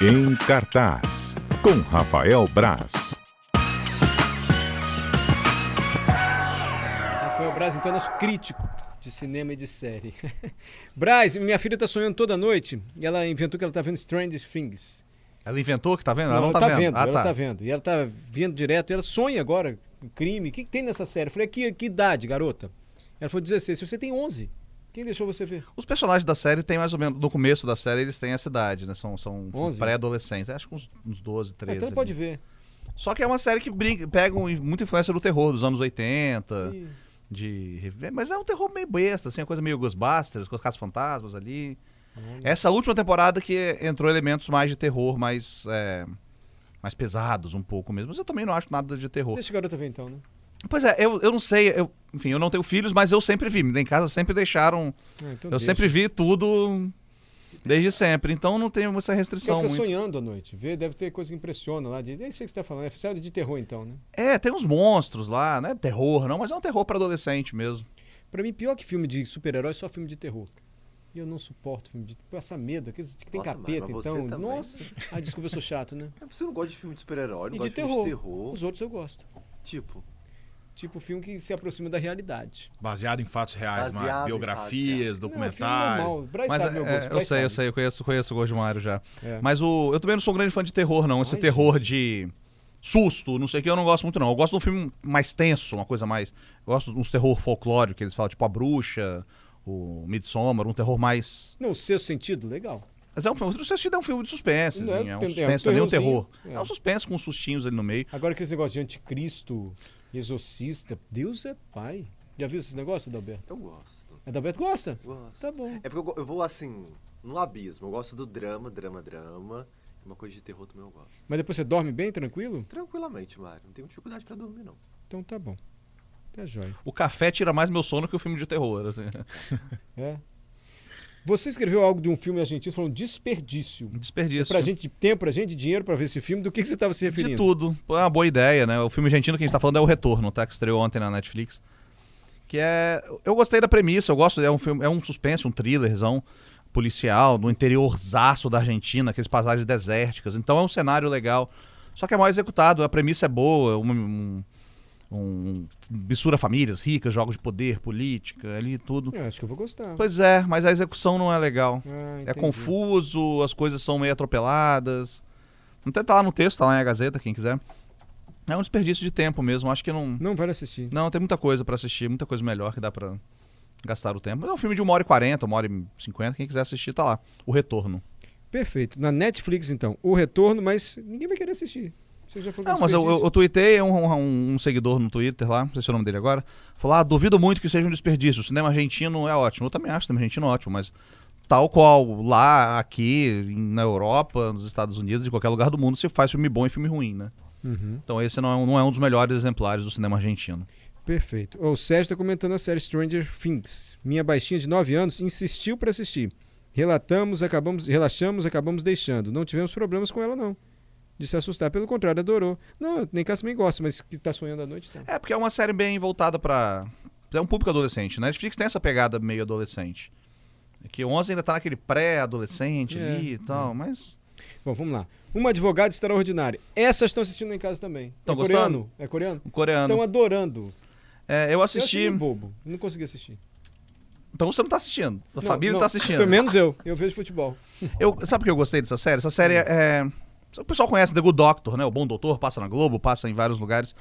Em cartaz, com Rafael Braz. Rafael Braz, então, nosso crítico de cinema e de série. Braz, minha filha tá sonhando toda noite e ela inventou que ela tá vendo Strange Things. Ela inventou que tá vendo? Ela não, tá, vendo. Ah, ela tá. vendo. E ela tá vendo direto e ela sonha agora com crime. O que, que tem nessa série? Eu falei, "É que, que idade, garota? Ela falou 16. Você tem 11. Quem deixou você ver? Ah, Os personagens da série têm mais ou menos. No começo da série, eles têm essa idade, né? São, são 11? pré-adolescentes. Acho que uns, uns 12, Ah, 13. então ali. pode ver. Só que é uma série que briga, pega um- muita influência do terror dos anos 80. Ih, De... rev- Mas é um terror meio besta, assim, uma coisa meio Ghostbusters, com as casas fantasmas ali. olha. Essa última temporada que entrou elementos mais de terror, mais. é, mais pesados um pouco mesmo. Mas eu também não acho nada de terror. Deixa a garota ver então, né? Pois é, eu, eu não sei, eu, enfim, eu não tenho filhos, mas eu sempre vi. Em casa sempre deixaram. Ah, então eu deixa. sempre vi tudo desde sempre. Então não tenho essa restrição. Ela fica muito. sonhando à noite. Vê, deve ter coisa que impressiona lá. De... Nem sei o que você tá falando. É série de terror então, né? É, tem uns monstros lá, não é terror, não, mas é um terror pra adolescente mesmo. Pra mim, pior que filme de super-herói é só filme de terror. E eu não suporto filme de passa medo, aqueles que tem Nossa, capeta, mas- mas você então. também. Nossa. Ah, desculpa, eu sou chato, né? É, Você não gosta de filme de super-herói, não E gosta de de, filme de terror. terror. Os outros eu gosto. Tipo, Tipo filme que se aproxima da realidade. Baseado em fatos reais, Baseado Mário. em fatos biografias, reais. documentário. Não, é filme normal. O Braz mas sabe meu é, gosto. eu Braz sei, eu sabe. sei, eu conheço, conheço o Gosto de Mário já. É. Mas o, eu também não sou um grande fã de terror, não. Esse Ai, terror de susto, não sei o que, eu não gosto muito, não. Eu gosto de um filme mais tenso, uma coisa mais. Eu gosto de uns terror folclórico que eles falam, tipo a bruxa, o Midsommar, um terror mais. Não, o sexto sentido, legal. Mas é um filme. O sentido é um filme de suspense, Não é assim, tem- é, um é um suspense, não é nem um terrorzinho, é. terror. É. um suspense com uns sustinhos ali no meio. Agora aqueles negócios de anticristo, exorcista, Deus é pai. Já viu esses negócios, Adalberto? eu gosto. Adalberto gosta? Gosto. Tá bom. É porque eu, go- eu vou assim, no abismo. Eu gosto do drama, drama, drama. Uma coisa de terror também eu gosto. Mas depois você dorme bem, tranquilo? Tranquilamente, Mário. Não tenho dificuldade pra dormir, não. Então tá bom. Tá jóia. O café tira mais meu sono que o filme de terror, assim. É. Você escreveu algo de um filme argentino falando desperdício. Desperdício. Pra gente, de tempo, pra gente, de dinheiro pra ver esse filme, do que, que você estava se referindo? De tudo. É uma boa ideia, né? O filme argentino que a gente tá falando é O Retorno, tá? Que estreou ontem na Netflix. Que é. Eu gostei da premissa, eu gosto. É um filme, é um suspense, um thrillerzão policial, no interiorzaço da Argentina, aqueles paisagens desérticas. Então é um cenário legal. Só que é mal executado, a premissa é boa, um, um, um- mistura famílias ricas, jogos de poder, política, ali tudo. Eu acho que eu vou gostar. Pois é, mas a execução não é legal. Ah, É entendi. confuso, as coisas são meio atropeladas. Até tá lá no texto, tá lá na Gazeta, quem quiser. É um desperdício de tempo mesmo. Acho que não. Não vale assistir. Não, tem muita coisa pra assistir, muita coisa melhor que dá pra gastar o tempo. Mas é um filme de 1 hora e 40, 1 hora e 50. Quem quiser assistir, tá lá. O Retorno. Perfeito. Na Netflix, então, o retorno, mas ninguém vai querer assistir. Você já falou Não, mas eu, eu, eu tuitei um, um- um seguidor no Twitter lá, não sei se é o nome dele agora. Falou: ah, duvido muito que seja um desperdício. O cinema argentino é ótimo. Eu também acho o cinema argentino ótimo, mas tal qual lá, aqui, em- na Europa, nos Estados Unidos, em qualquer lugar do mundo, se faz filme bom e filme ruim, né? Uhum. Então esse não é, um, não é um dos melhores exemplares do cinema argentino. Perfeito. Ó, O Sérgio tá comentando a série Stranger Things. Minha baixinha de 9 anos insistiu pra assistir. Relatamos, acabamos, relaxamos, acabamos deixando. Não tivemos problemas com ela, não. De se assustar, pelo contrário, adorou. Não, nem Cássio nem gosta, mas que tá sonhando à noite, tá. É, porque é uma série bem voltada pra... É um público adolescente, né? Netflix tem essa pegada meio adolescente. É que 11 ainda tá naquele pré-adolescente É, ali e tal, mas... Bom, vamos lá. Uma advogada extraordinária. Essas estão assistindo lá em casa também. Tão é coreano? É coreano? O coreano... Estão adorando. É, eu Eu achei assisti... meio bobo. Não consegui assistir. Então você não tá assistindo. A Não, família não. tá assistindo. Pelo menos eu. Eu vejo futebol. Eu, sabe o que eu gostei dessa série? Essa série é. O pessoal conhece The Good Doctor, né? O Bom Doutor, passa na Globo, passa em vários lugares,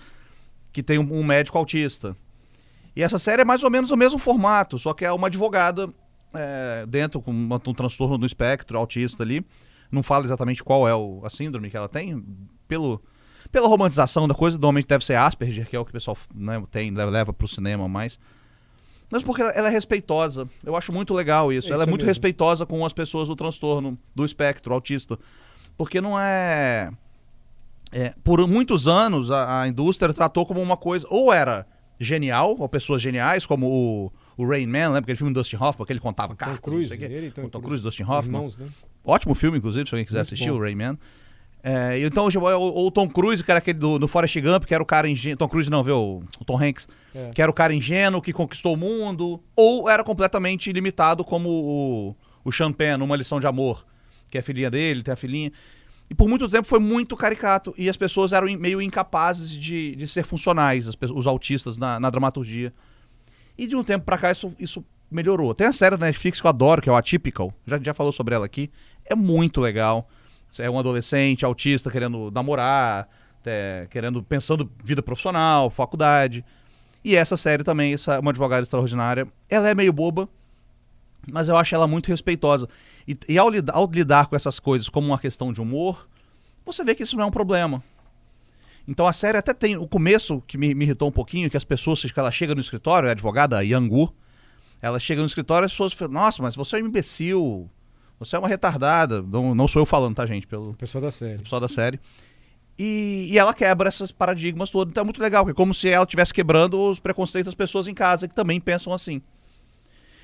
que tem um, um médico autista. E essa série é mais ou menos o mesmo formato, só que é uma advogada é, dentro com uma- um transtorno do espectro autista ali. Não fala exatamente qual é o- a síndrome que ela tem, pelo, pela romantização da coisa, normalmente deve ser Asperger, que é o que o pessoal né, tem, le- leva pro cinema mais. Mas porque ela, ela é respeitosa. Eu acho muito legal isso. É ela é isso muito mesmo. respeitosa com as pessoas do transtorno, do espectro autista. Porque não é. é, por muitos anos a, a indústria tratou como uma coisa. Ou era genial, ou pessoas geniais, como o, o Rain Man, lembra aquele filme do Dustin Hoffman, que ele contava cartas, não Cruise, sei o quê. ele e Tom Com Tom Cruise. Cruise, Dustin Hoffman. Irmãos, né? Ótimo filme, inclusive, se alguém quiser Muito assistir, bom. o Rayman. É, então, hoje, o, o Tom Cruise, que era aquele do, do Forrest Gump, que era o cara ingênuo. Tom Cruise não, viu? O, o Tom Hanks. É. Que era o cara ingênuo, que conquistou o mundo. Ou era completamente limitado, como o, o Sean Penn, numa lição de amor. Que é a filhinha dele, tem a filhinha. E por muito tempo foi muito caricato. E as pessoas eram in- meio incapazes de, de ser funcionais, as pe- os autistas na, na dramaturgia. E de um tempo pra cá isso, isso melhorou. Tem a série da Netflix que eu adoro, que é o Atypical. Já, já falou sobre ela aqui. É muito legal. É um adolescente autista querendo namorar, é, querendo pensando vida profissional, faculdade. E essa série também, essa Uma Advogada Extraordinária, ela é meio boba, mas eu acho ela muito respeitosa. E, e ao, lida- ao lidar com essas coisas como uma questão de humor, você vê que isso não é um problema. Então a série até tem. O começo que me, me irritou um pouquinho, que as pessoas, que ela chega no escritório, é a advogada, a Yangu, ela chega no escritório e as pessoas falam, nossa, mas você é um imbecil, você é uma retardada. Não, não sou eu falando, tá, gente? Pelo, O pessoal da o série. pessoal da série. E, e ela quebra esses paradigmas todos. Então é muito legal, porque é como se ela estivesse quebrando os preconceitos das pessoas em casa, que também pensam assim.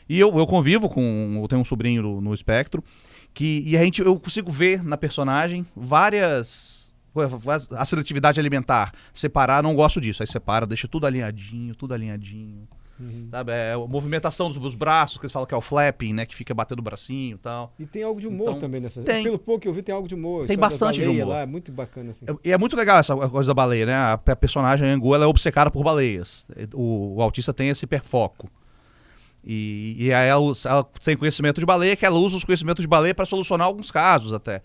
E eu, eu convivo com. Eu tenho um sobrinho no, no espectro, que, e a gente, eu consigo ver na personagem várias. várias- A seletividade alimentar. Separar, não gosto disso. Aí separa, deixa tudo alinhadinho, tudo alinhadinho. Uhum. Sabe? É a movimentação dos, dos braços, que eles falam que é o flapping, né? Que fica batendo o bracinho e tal. E tem algo de humor Então, também nessa tem. série. Pelo pouco que eu vi, tem algo de humor. A Tem história da bastante de baleia humor. Lá, é muito bacana, assim. É- E é muito legal essa coisa da baleia, né? A, pe- personagem Angu ela é obcecada por baleias. O, o autista tem esse hiperfoco. E, e aí ela, us- ela tem conhecimento de baleia, que ela usa os conhecimentos de baleia para solucionar alguns casos até.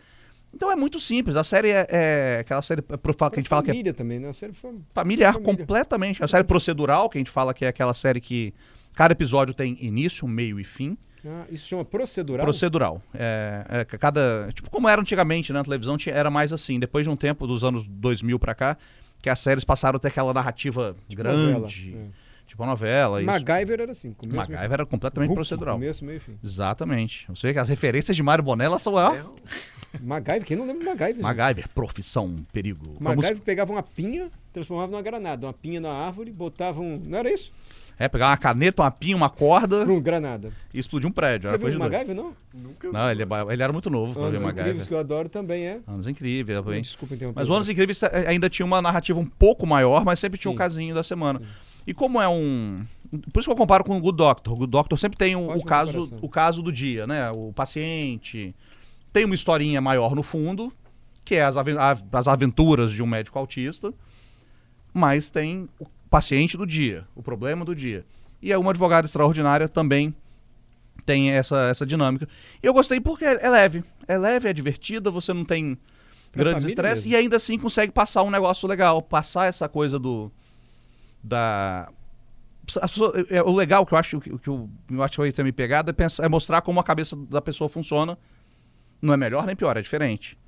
Então é muito simples. A série é, é aquela série pro- que a gente fala que é família também, né? A série foi... familiar Família. completamente. A série procedural, que a gente fala que é aquela série que cada episódio tem início, meio e fim. ah, isso chama procedural? Procedural. É, é, ca- cada, tipo, como era antigamente né, na televisão, tinha- era mais assim. Depois de um tempo, dos anos 2000 pra cá, que as séries passaram a ter aquela narrativa grande, Novela, tipo a novela. é. isso. MacGyver era assim. começo, meio- MacGyver era completamente Hulk, procedural. Começo, meio e fim. Exatamente. Você vê que as referências de Mário Bonella são... ó, É, MacGyver, quem não lembra de MacGyver? gente? MacGyver, profissão, perigo. Uma MacGyver pegava uma pinha, transformava numa granada. Uma pinha na árvore, botava um... Não era isso? música- É, pegar uma caneta, uma pinha, uma corda Um granada. e explodir um prédio. Você Era viu coisa o de doido. MacGyver, não? nunca Não, ele, é ba- ele era muito novo pra ver Anos Incríveis, MacGyver. que eu adoro também, é. Anos incríveis. bem. Desculpa interromper. Mas o Anos Incríveis ta- ainda tinha uma narrativa um pouco maior, mas sempre tinha um Sim. casinho da semana. E como é um. Por isso que eu comparo com o Good Doctor. O Good Doctor sempre tem o, o Ótima caso, comparação. o caso do dia, né? O paciente. Tem uma historinha maior no fundo, que é as, aven- a- as aventuras de um médico autista, mas tem o paciente do dia, o problema do dia. E é uma advogada extraordinária também tem essa, essa dinâmica. E eu gostei porque é leve. É leve, é divertida, você não tem Pra grandes família estresses mesmo. e ainda assim consegue passar um negócio legal, passar essa coisa do. Da. as pessoas- é, o legal que eu acho que, que eu, eu acho que vai ter me pegado é, pensar- é mostrar como a cabeça da pessoa funciona. Não é melhor nem pior, é diferente.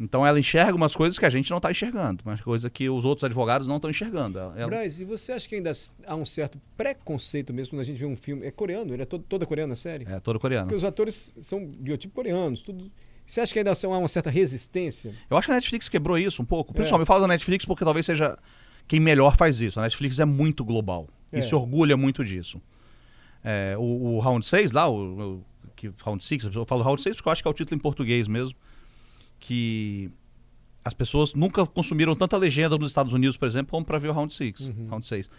Então ela enxerga umas coisas que a gente não está enxergando, umas coisas que os outros advogados não estão enxergando. Ela- ela- Braz, e você acha que ainda há um certo preconceito mesmo quando a gente vê um filme? É coreano, ele é todo, toda coreana a série? é toda coreana. Porque os atores são biotipo coreanos, tudo. Você acha que ainda são, há uma certa resistência? Eu acho que a Netflix quebrou isso um É. pouco. Principalmente, eu falo da Netflix porque talvez seja quem melhor faz isso. A Netflix é muito global É. e se orgulha muito disso. É, o, o Round 6 lá, o, o- que, Round 6, eu falo Round 6 porque eu acho que é o título em português mesmo, que as pessoas nunca consumiram tanta legenda nos Estados Unidos, por exemplo, como pra ver o Round 6, Uhum. Round 6.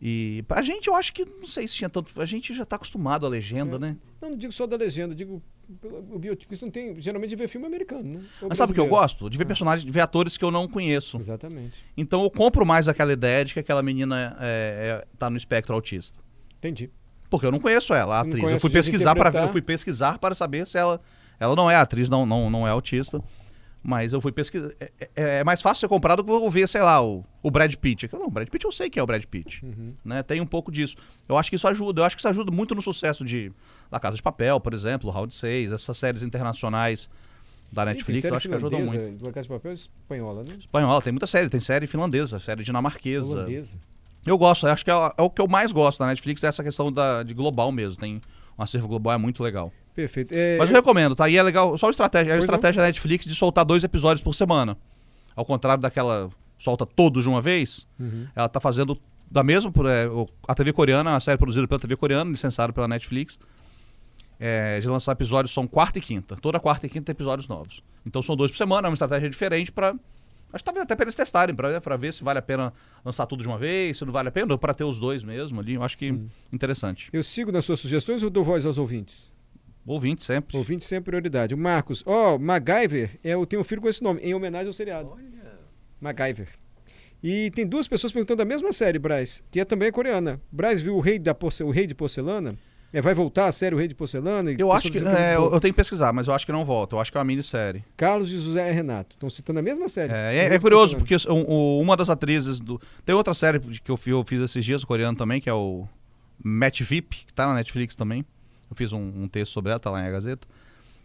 E pra gente, eu acho que, não sei se tinha tanto, a gente já tá acostumado à legenda, É. né? Não, não digo só da legenda, digo pelo- o biotipo. Isso não tem. Geralmente vê filme americano, né? Ou Mas sabe o que eu brasileiro. gosto? É. De ver personagens, de ver atores que eu não conheço. Exatamente. Então eu compro mais aquela ideia de que aquela menina é, é, tá no espectro autista. Entendi. Porque eu não conheço ela, a Você não atriz. Eu conhece fui o jeito de pesquisar para interpretar. eu fui pesquisar para saber se ela ela não é atriz, não não, não é autista. Mas eu fui pesquisar. É, é- é mais fácil ser comprado que eu ver, sei lá, o, o Brad Pitt. Eu, não, o Brad Pitt eu sei que é o Brad Pitt. Uhum. Né? Tem um pouco disso. Eu acho que isso ajuda. Eu acho que isso ajuda muito no sucesso de La Casa de Papel, por exemplo, Round 6, essas séries internacionais da Netflix. série eu acho que ajudam finlandesa, muito. La Casa de Papel é espanhola, né? Espanhola, tem muita série. Tem série finlandesa, série dinamarquesa. Holandesa. Eu gosto, eu acho que é, o- é o que eu mais gosto da Netflix, é essa questão da, de global mesmo. Tem um acervo global, é muito legal. Perfeito. É, Mas eu recomendo, tá? E é legal, só a estratégia, é a Pois não. estratégia da Netflix de soltar dois episódios por semana. Ao contrário daquela solta todos de uma vez, Uhum. ela tá fazendo da mesma, por- é, o- a TV coreana, a série produzida pela TV coreana, licenciada pela Netflix, é, de lançar episódios são quarta e quinta. Toda quarta e quinta tem episódios novos. Então são dois por semana, é uma estratégia diferente pra. Acho que talvez até pra eles testarem, pra, pra ver se vale a pena lançar tudo de uma vez, se não vale a pena, ou pra ter os dois mesmo ali. Eu acho que interessante. Eu sigo nas suas sugestões ou dou voz aos ouvintes? Ouvinte sempre. Ouvinte sem prioridade. O Marcos. Ó, MacGyver, é, eu tenho um filho com esse nome, em homenagem ao seriado. Olha. MacGyver. E tem duas pessoas perguntando a mesma série, Braz, que é também coreana. Braz viu o Rei, da Porce- o Rei de Porcelana? É, vai voltar a série O Rei de Porcelana? E Eu acho que. pessoas dizendo é, não eu, voltou. eu tenho que pesquisar, mas eu acho que não volta. Eu acho que é uma minissérie. Carlos e José Renato. Estão citando a mesma série. É, O é- Rei é de curioso, Porcelana. porque o- o- uma das atrizes do. Tem outra série que eu, fi- eu fiz esses dias, coreano também, que é o Match VIP, que tá na Netflix também. Eu fiz um, um texto sobre ela, tá lá na Gazeta.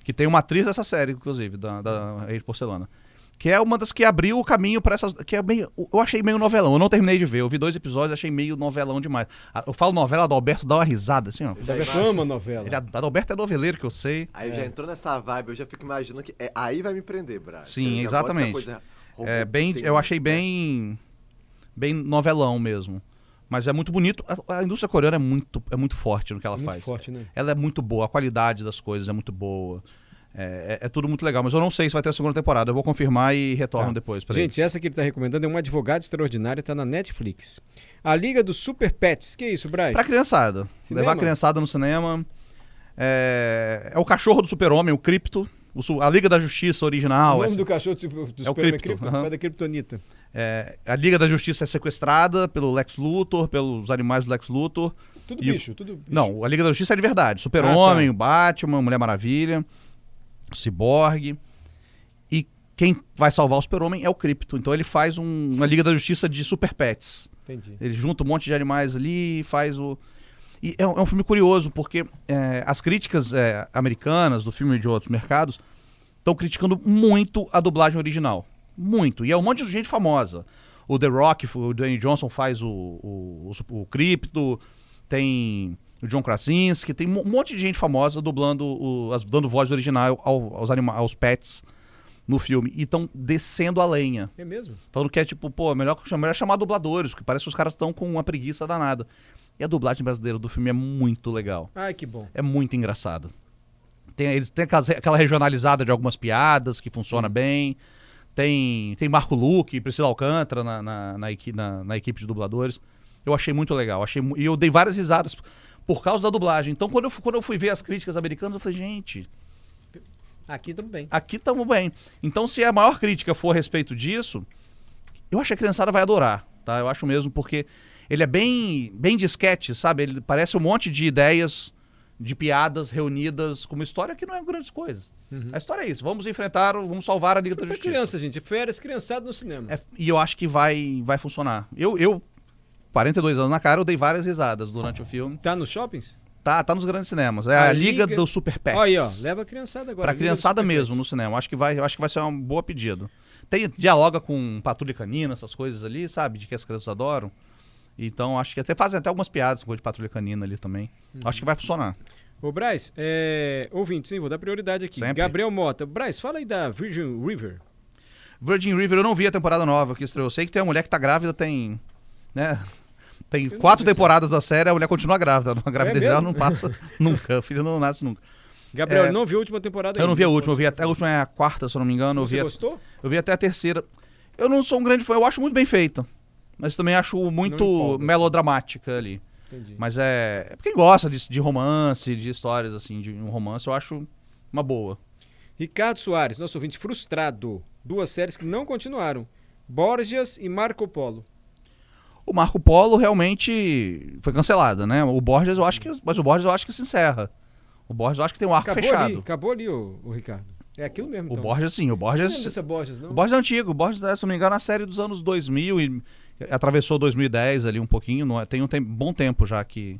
Que tem uma atriz dessa série, inclusive, da, da Rede Porcelana. Que é uma das que abriu o caminho pra essas. Que é meio. Eu achei meio novelão. Eu não terminei de ver. Eu vi dois episódios achei meio novelão demais. A- Eu falo novela, Adalberto dá uma risada, assim, ó. Eu já Já imagino- ama a novela. Ele, Adalberto é noveleiro, que eu sei. Aí já entrou nessa vibe, eu já fico imaginando que. é, aí vai me prender, Brás. Sim, Eu já gosto dessa exatamente. coisa robô- É bem, tem- um eu achei bem, bem novelão mesmo. Mas é muito bonito. A, a indústria coreana é muito, é muito forte no que ela muito faz. forte, né? Ela é muito boa, a qualidade das coisas é muito boa. É, é- é tudo muito legal, mas eu não sei se vai ter a segunda temporada. Eu vou confirmar e retorno Tá. depois. pra Gente, eles. essa que ele tá recomendando é uma advogada extraordinária, tá na Netflix. A Liga dos Super Pets. Que isso, Braz? Pra criançada. Cinema? Levar a criançada no cinema. É, é o cachorro do super-homem, o Cripto. o su- a Liga da Justiça o original. nome essa- do cachorro do, do É o Superman é Krypto, Krypto, aham. é da Kryptonita. é, a Liga da Justiça é sequestrada pelo Lex Luthor, pelos animais do Lex Luthor. Tudo E o- bicho, tudo bicho. Não, a Liga da Justiça é de verdade. Super-Homem, Ah, o Batman, Mulher Maravilha, o Ciborgue. E quem vai salvar o Super-Homem é o Cripto. Então ele faz um- uma Liga da Justiça de Super Pets. Entendi. Ele junta um monte de animais ali e faz o. E é um, é um filme curioso, porque é, as críticas é, americanas do filme e de outros mercados estão criticando muito a dublagem original. Muito. E é um monte de gente famosa. O The Rock, o Dwayne Johnson faz o, o, o, o Crypto, tem o John Krasinski, tem um monte de gente famosa dublando, o- as- dando voz original ao- aos, anima, aos pets no filme. E estão descendo a lenha. É mesmo? Falando que é tipo, pô, é melhor, melhor chamar dubladores, porque parece que os caras estão com uma preguiça danada. E a dublagem brasileira do filme é muito legal. Ai, que bom. É muito engraçado. Tem, eles têm aquelas- aquela regionalizada de algumas piadas que funciona bem. Tem, tem Marco Luque, Priscila Alcântara na, na, na equi- na- na equipe de dubladores. Eu achei muito legal. Achei, mu- e eu dei várias risadas por causa da dublagem. Então, quando eu, fu- quando eu fui ver as críticas americanas, eu falei, gente, Aqui tudo bem. aqui estamos bem. Então, se a maior crítica for a respeito disso, eu acho que a criançada vai adorar, tá? Eu acho mesmo, porque ele é bem, bem disquete, sabe? Ele parece um monte de ideias, de piadas reunidas, com uma história que não é grandes coisas. A história é isso, vamos enfrentar, o- vamos salvar a Liga da Uhum. Pra Justiça. criança, gente. é Férias, criançado no cinema. É, e eu acho que vai, vai funcionar. Eu, eu, 42 anos na cara, eu dei várias risadas durante o filme. Tá nos shoppings? Tá, tá nos grandes cinemas. É A a, Liga, Liga- do Super Pets. Olha aí, ó. Leva a criançada agora. Liga Pra dos criançada Super mesmo no Pets. cinema. Acho que vai, acho que vai ser um boa pedido. Tem dialoga com patrulha canina, essas coisas ali, sabe? De que as crianças adoram. Então acho que até fazem até algumas piadas com coisa de patrulha canina ali também. Uhum. Acho que vai funcionar. Ô, Braz, é... ouvinte, sim, vou dar prioridade aqui. Sempre. Gabriel Mota. Braz, fala aí da Virgin River. Virgin River, eu não vi a temporada nova que estreou. Eu sei que tem uma mulher que tá grávida, tem. né? Tem quatro temporadas da série, a mulher continua grávida. A gravidez dela É mesmo? não passa nunca. O filho não nasce nunca. Gabriel, É. ele não viu a última temporada Eu não vi a ainda. última, eu vi até a última é a quarta, se eu não me engano. Eu Você vi a- gostou? Eu vi até a terceira. Eu não sou um grande fã, eu acho muito bem feita. Mas também acho muito empolga. assim. melodramática ali. Entendi. Mas é. é pra quem gosta de, de romance, de histórias assim, de um romance, eu acho uma boa. Ricardo Soares, nosso ouvinte frustrado. Duas séries que não continuaram. Borgias e Marco Polo. O Marco Polo realmente foi cancelado, né? O Borges eu acho que. Mas o Borges eu acho que se encerra. O Borges eu acho que tem um arco Acabou fechado. ali, acabou ali, ô, ô Ricardo. É aquilo mesmo, O então. Borges sim, o Não lembro Borges. dessa Borges, não? O Borges é antigo, o Borges, se não me engano, é a série dos anos 2000 e atravessou 2010 ali um pouquinho. não é- tem um tem- bom tempo já Eu que,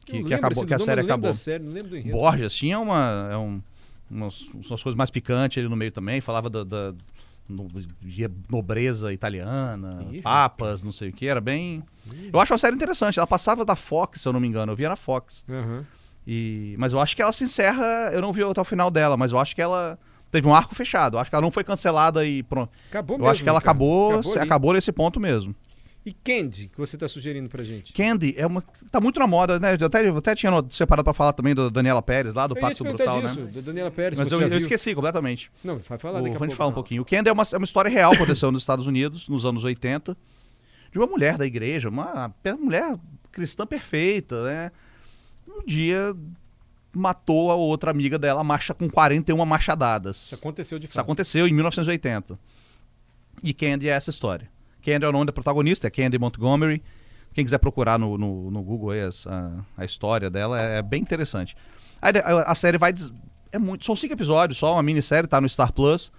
que, que lembro acabou, esse que a nome, série eu lembro acabou. Da série, não lembro do enredo. Borges tinha uma, é um- umas, umas coisas mais picantes ali no meio também, falava da, da no- de nobreza italiana, Ih, papas, não sei o que, era bem... Eu acho uma série interessante, ela passava da Fox, se eu não me engano, eu via na Fox. Aham. E, mas eu acho que ela se encerra, eu não vi até o final dela, mas eu acho que ela teve um arco fechado, eu acho que ela não foi cancelada e pronto. Acabou Eu mesmo, acho que ela Ricardo. acabou, se- ali. acabou, nesse ponto mesmo. E Candy, que você tá sugerindo pra gente? Candy é uma... tá muito na moda, né? Eu até, eu até tinha no- separado pra falar também da Daniela Pérez lá, do eu ia te Pacto perguntar Brutal, disso, né? da Daniela Pérez. Mas você eu, já eu viu? esqueci completamente. Não, vai falar O, daqui a vamos pouco. falar um pouquinho. O Candy é uma, é uma história real que aconteceu nos Estados Unidos, nos anos 80, de uma mulher da igreja, uma pe- mulher cristã perfeita, né? Um dia matou a outra amiga dela, a macha com 41 machadadas. Isso é aconteceu de Isso fato. aconteceu em 1980. E Candy é essa história. Candy é o nome da protagonista, é Candy Montgomery. Quem quiser procurar no, no, no Google aí as- a, a história dela, é, bem interessante. Aí de- a, a série vai. des- É muito, são cinco episódios só, uma minissérie, tá no Star Plus.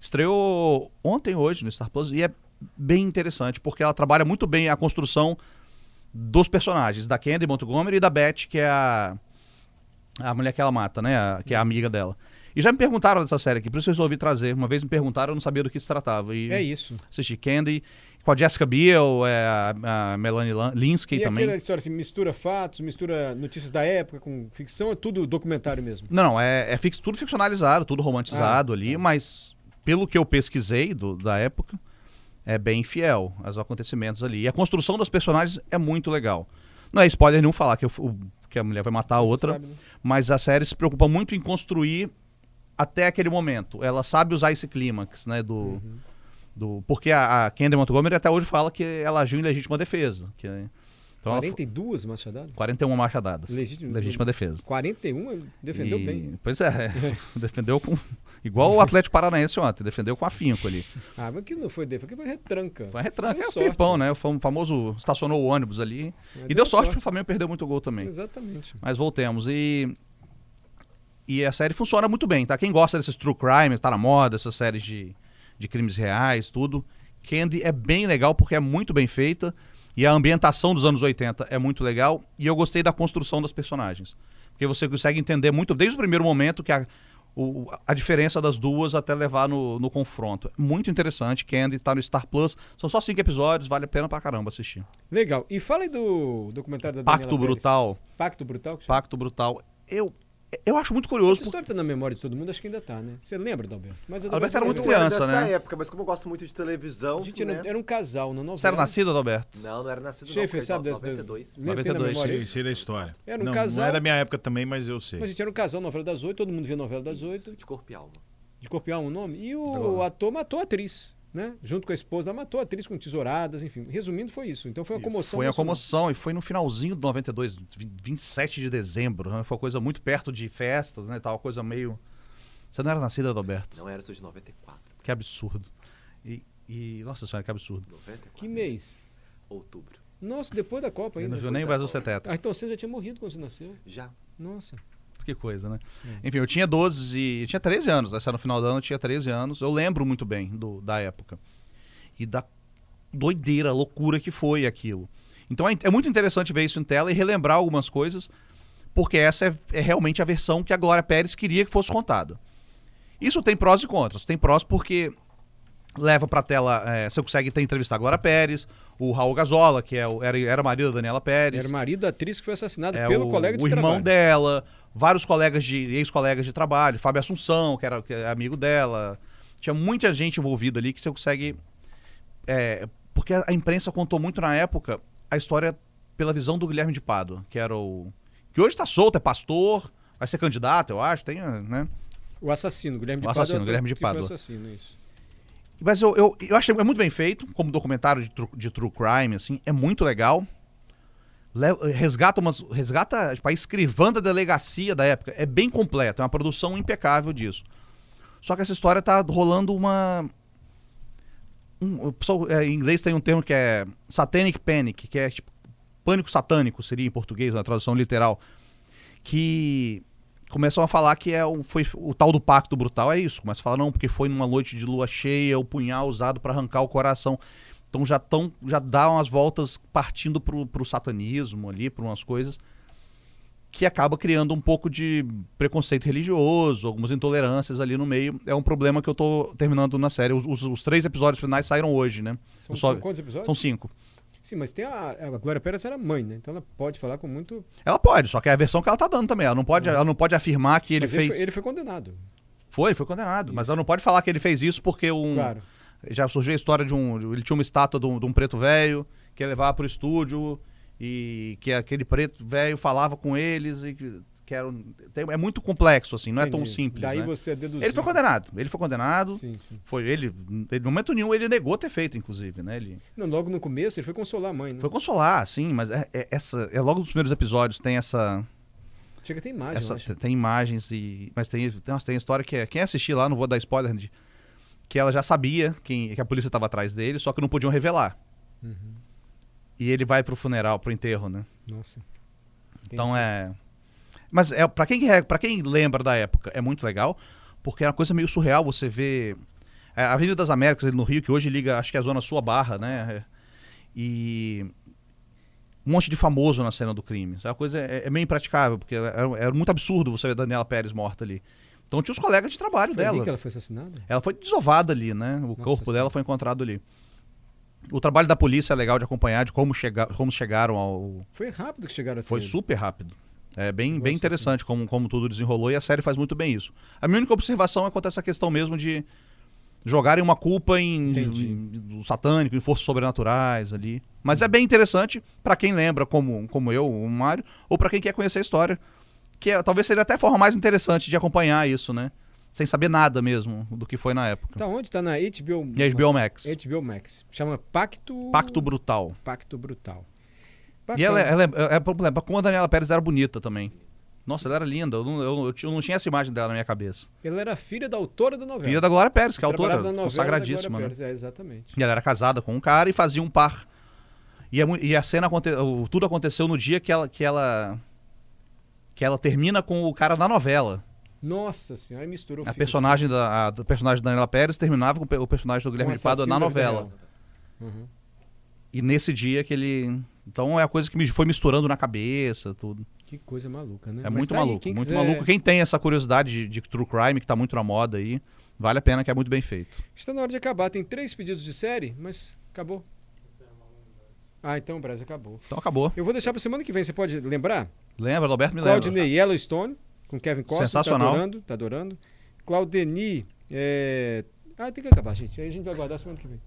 Estreou ontem, hoje, no Star Plus, e é bem interessante, porque ela trabalha muito bem a construção dos personagens, da Candy Montgomery e da Beth, que é a, a mulher que ela mata, né? a- que é a amiga dela. E já me perguntaram dessa série aqui, por isso eu resolvi trazer. Uma vez me perguntaram, eu não sabia do que se tratava. E É isso. assisti Candy, com a Jessica Biel, é, a, a Melanie Lan- Linsky E também. aquela história assim, mistura fatos, mistura notícias da época com ficção, é tudo documentário mesmo. Não, não, é, é fix- tudo ficcionalizado, tudo romantizado Ah, ali, tá. mas pelo que eu pesquisei do- da época, é bem fiel aos acontecimentos ali. E a construção dos personagens é muito legal. Não é spoiler nenhum falar que, o f- o- que a mulher vai matar a Você outra, sabe, né? mas a série se preocupa muito em construir até aquele momento. Ela sabe usar esse clímax, né, do... Uhum. do porque a, a Candy Montgomery até hoje fala que ela agiu em legítima defesa. Que, então ela foi 42 machadadas? 41 machadadas. Legítima- legítima defesa. 41 defendeu E- bem. Pois é, defendeu com. Igual o Atlético Paranaense ontem, defendeu com afinco ali. Ah, mas que não foi defesa, que foi retranca. Foi a retranca, Deu é o sorte. É, Filipão, né? O fam- famoso estacionou o ônibus ali. Mas e deu sorte, porque o Flamengo perdeu muito gol também. Exatamente. Mas voltemos. E. E a série funciona muito bem, tá? Quem gosta desses true crime, tá na moda, essas séries de, de crimes reais, tudo. Candy é bem legal porque é muito bem feita. E a ambientação dos anos 80 é muito legal. E eu gostei da construção dos personagens. Porque você consegue entender muito, desde o primeiro momento, que a, o- a diferença das duas até levar no, no confronto. É Muito interessante. Candy tá no Star Plus. São só cinco episódios, vale a pena pra caramba assistir. Legal. E fala aí do documentário da Daniela Pacto Pérez. Brutal. Pacto Brutal? que chama? Pacto Brutal. Eu, eu acho muito curioso. Essa história tá na memória de todo mundo, acho que ainda tá, né? Você lembra, Dalberto? Mas eu Adalberto também era não muito lembro. Eu era criança, dessa né? época, mas como eu gosto muito de televisão, A gente era, né? era um casal na novela. Você era nascido, Adalberto? Não, não era nascido não, Schaefer, porque sabe era dessa- 92. Meio que na 92, memória. Sei, sei da história. Era um não, casal- não é da minha época também, mas eu Mas a sei. gente era um casal, novela das oito, todo mundo via novela das oito, De corpo e alma. de copiar um nome. E o Agora. ator matou a atriz, né? Junto com a esposa, ela matou a atriz com tesouradas, enfim. Resumindo, foi isso. Então foi uma E comoção. Foi uma nacional. comoção e foi no finalzinho de 92, vi- 27 de dezembro. né? Foi uma coisa muito perto de festas, né? Tal, uma coisa meio. Você não era nascido, Adalberto? Não era, eu sou de 94. Que absurdo. E, e- Nossa senhora, que absurdo. 94. Que mês? né? Outubro. Nossa, depois da Copa Eu ainda. não viu nem o Brasil 70. Ah, então você já tinha morrido quando você nasceu. Já. Nossa. Que coisa, né? Enfim, eu tinha 12, e- eu tinha 13 anos, né? Se era no final do ano, eu tinha 13 anos. Eu lembro muito bem do- da época. E da doideira, loucura que foi aquilo. Então é, in- é muito interessante ver isso em tela e relembrar algumas coisas, porque essa é, é realmente a versão que a Glória Pérez queria que fosse contada. Isso tem prós e contras. Tem prós porque leva pra tela, eh, você consegue ter, entrevistar a Glória Pérez, o Raul Gazola, que é o- era, era marido da Daniela Pérez Era marido da atriz que foi assassinada é, pelo o, colega de o irmão trabalho. dela, vários colegas de ex-colegas de trabalho, Fábio Assunção, que era, que era amigo dela. Tinha muita gente envolvida ali que você consegue é, porque a imprensa contou muito na época a história pela visão do Guilherme de Pado, que era o que hoje tá solto, é pastor, vai ser candidato, eu acho, tem, né? O assassino, Guilherme de O assassino, Pádua, Guilherme de que foi Pádua. assassino, isso. Mas eu, eu, eu achei é muito bem feito, como documentário de true, de true crime, assim, é muito legal. Le- resgata umas. Resgata tipo, a escrivã da delegacia da época. É bem completo, é uma produção impecável disso. Só que essa história tá rolando uma. um- o pessoal, é, em inglês tem um termo que é satanic panic, que é tipo pânico satânico, seria em português, na tradução literal. Que começam a falar que é o, foi o tal do pacto brutal é isso. Começam a falar, não, porque foi numa noite de lua cheia, o punhal usado para arrancar o coração. Então já tão, já dá umas voltas partindo pro, pro satanismo ali, para umas coisas que acaba criando um pouco de preconceito religioso, algumas intolerâncias ali no meio. É um problema que eu tô terminando na série. Os, os- os três episódios finais saíram hoje, né? São, Eu só- são quantos episódios? São cinco. Sim, mas tem a, a Glória Pérez era mãe, né? Então ela pode falar com muito. Ela pode, só que é a versão que ela tá dando também. Ela não pode, ela não pode afirmar que ele Mas fez. foi, ele foi condenado. Foi, foi condenado. Mas ela não pode falar que ele fez isso porque um. Claro. Já surgiu a história de um. Ele tinha uma estátua de um, de um preto velho que ia levar pro estúdio e que aquele preto velho falava com eles e que, que era. um- tem- é muito complexo, assim, não é tão Entendi. simples. Daí né? você deduziu. Ele foi condenado. Ele foi condenado. Sim, sim. Foi ele, ele. Em momento nenhum ele negou ter feito, inclusive, né? Ele Não, logo no começo ele foi consolar a mãe, né? foi consolar, sim, mas é, é- essa, é logo nos primeiros episódios tem essa. Chega tem imagem, Essa- eu acho. tem imagens e. Mas tem, nossa, tem história que é. Quem assistir lá, não vou dar spoiler, de, que ela já sabia quem, que a polícia estava atrás dele, só que não podiam revelar. Uhum. E ele vai pro funeral, pro enterro, né? Nossa. Então é. Mas é para quem é, para quem lembra da época, é muito legal, porque é uma coisa meio surreal você ver é, a Avenida das Américas ali no Rio, que hoje liga, acho que é a zona sul à Barra, né? É. E um monte de famoso na cena do crime. É uma coisa é, é meio impraticável, porque era, era muito absurdo você ver a Daniela Pérez morta ali. Então tinha os colegas de trabalho Foi ali dela. que ela foi assassinada? Ela foi desovada ali, né? O corpo Senhora. dela foi encontrado ali. O trabalho da polícia é legal de acompanhar, de como, chega, como chegaram ao, Foi rápido que chegaram até foi ele. super rápido. É bem, gosto bem interessante como, como tudo desenrolou e a série faz muito bem isso. A minha única observação é quanto a essa questão mesmo de jogarem uma culpa em, Entendi. em- no satânico, em forças sobrenaturais ali. Mas é bem interessante pra quem lembra, como, como eu, o Mário, ou pra quem quer conhecer a história. Que é- talvez seja até a forma mais interessante de acompanhar isso, né? Sem saber nada mesmo do que foi na época. Tá onde? Tá na HBO... E a HBO Max. HBO Max. Chama Pacto... Pacto Brutal. Pacto Brutal. E ela, Bacana. ela é, é, é problema. Como a Daniela Pérez era bonita também. Nossa, ela era linda. Eu não, eu- eu tinha- eu não tinha essa imagem dela na minha cabeça. Ela era filha da autora da novela. é- Filha da Glória Pérez, que é Trabalhava autora na novela da consagradíssima. Glória Né? Pérez, É, exatamente. E ela era casada com um cara e fazia um par. E, é mu- e a cena aconte- o- tudo aconteceu no dia que ela, que ela que ela termina com o cara na novela. Nossa senhora, misturou A filhos. personagem da a do personagem da Daniela Pérez terminava com o pe- o personagem do Um Guilherme de Pádua na assassino da vida novela. real. Uhum. E nesse dia que ele então é a coisa que me foi misturando na cabeça, tudo. Que coisa maluca, né? É Mas muito tá aí, maluco, quem muito quiser- maluco. Quem tem essa curiosidade de, de true crime que tá muito na moda aí, vale a pena que é muito bem feito. Está na hora de acabar. Tem três pedidos de série, mas acabou. Ah, então o Brasil acabou. Então acabou. Eu vou deixar para semana que vem. Você pode lembrar? Lembra, Roberto me lembra. Claudinei Yellowstone, com Kevin Costner. Sensacional. Tá adorando, eh, tá adorando. Claudeni... é, Ah, tem que acabar, gente. Aí a gente vai aguardar semana que vem.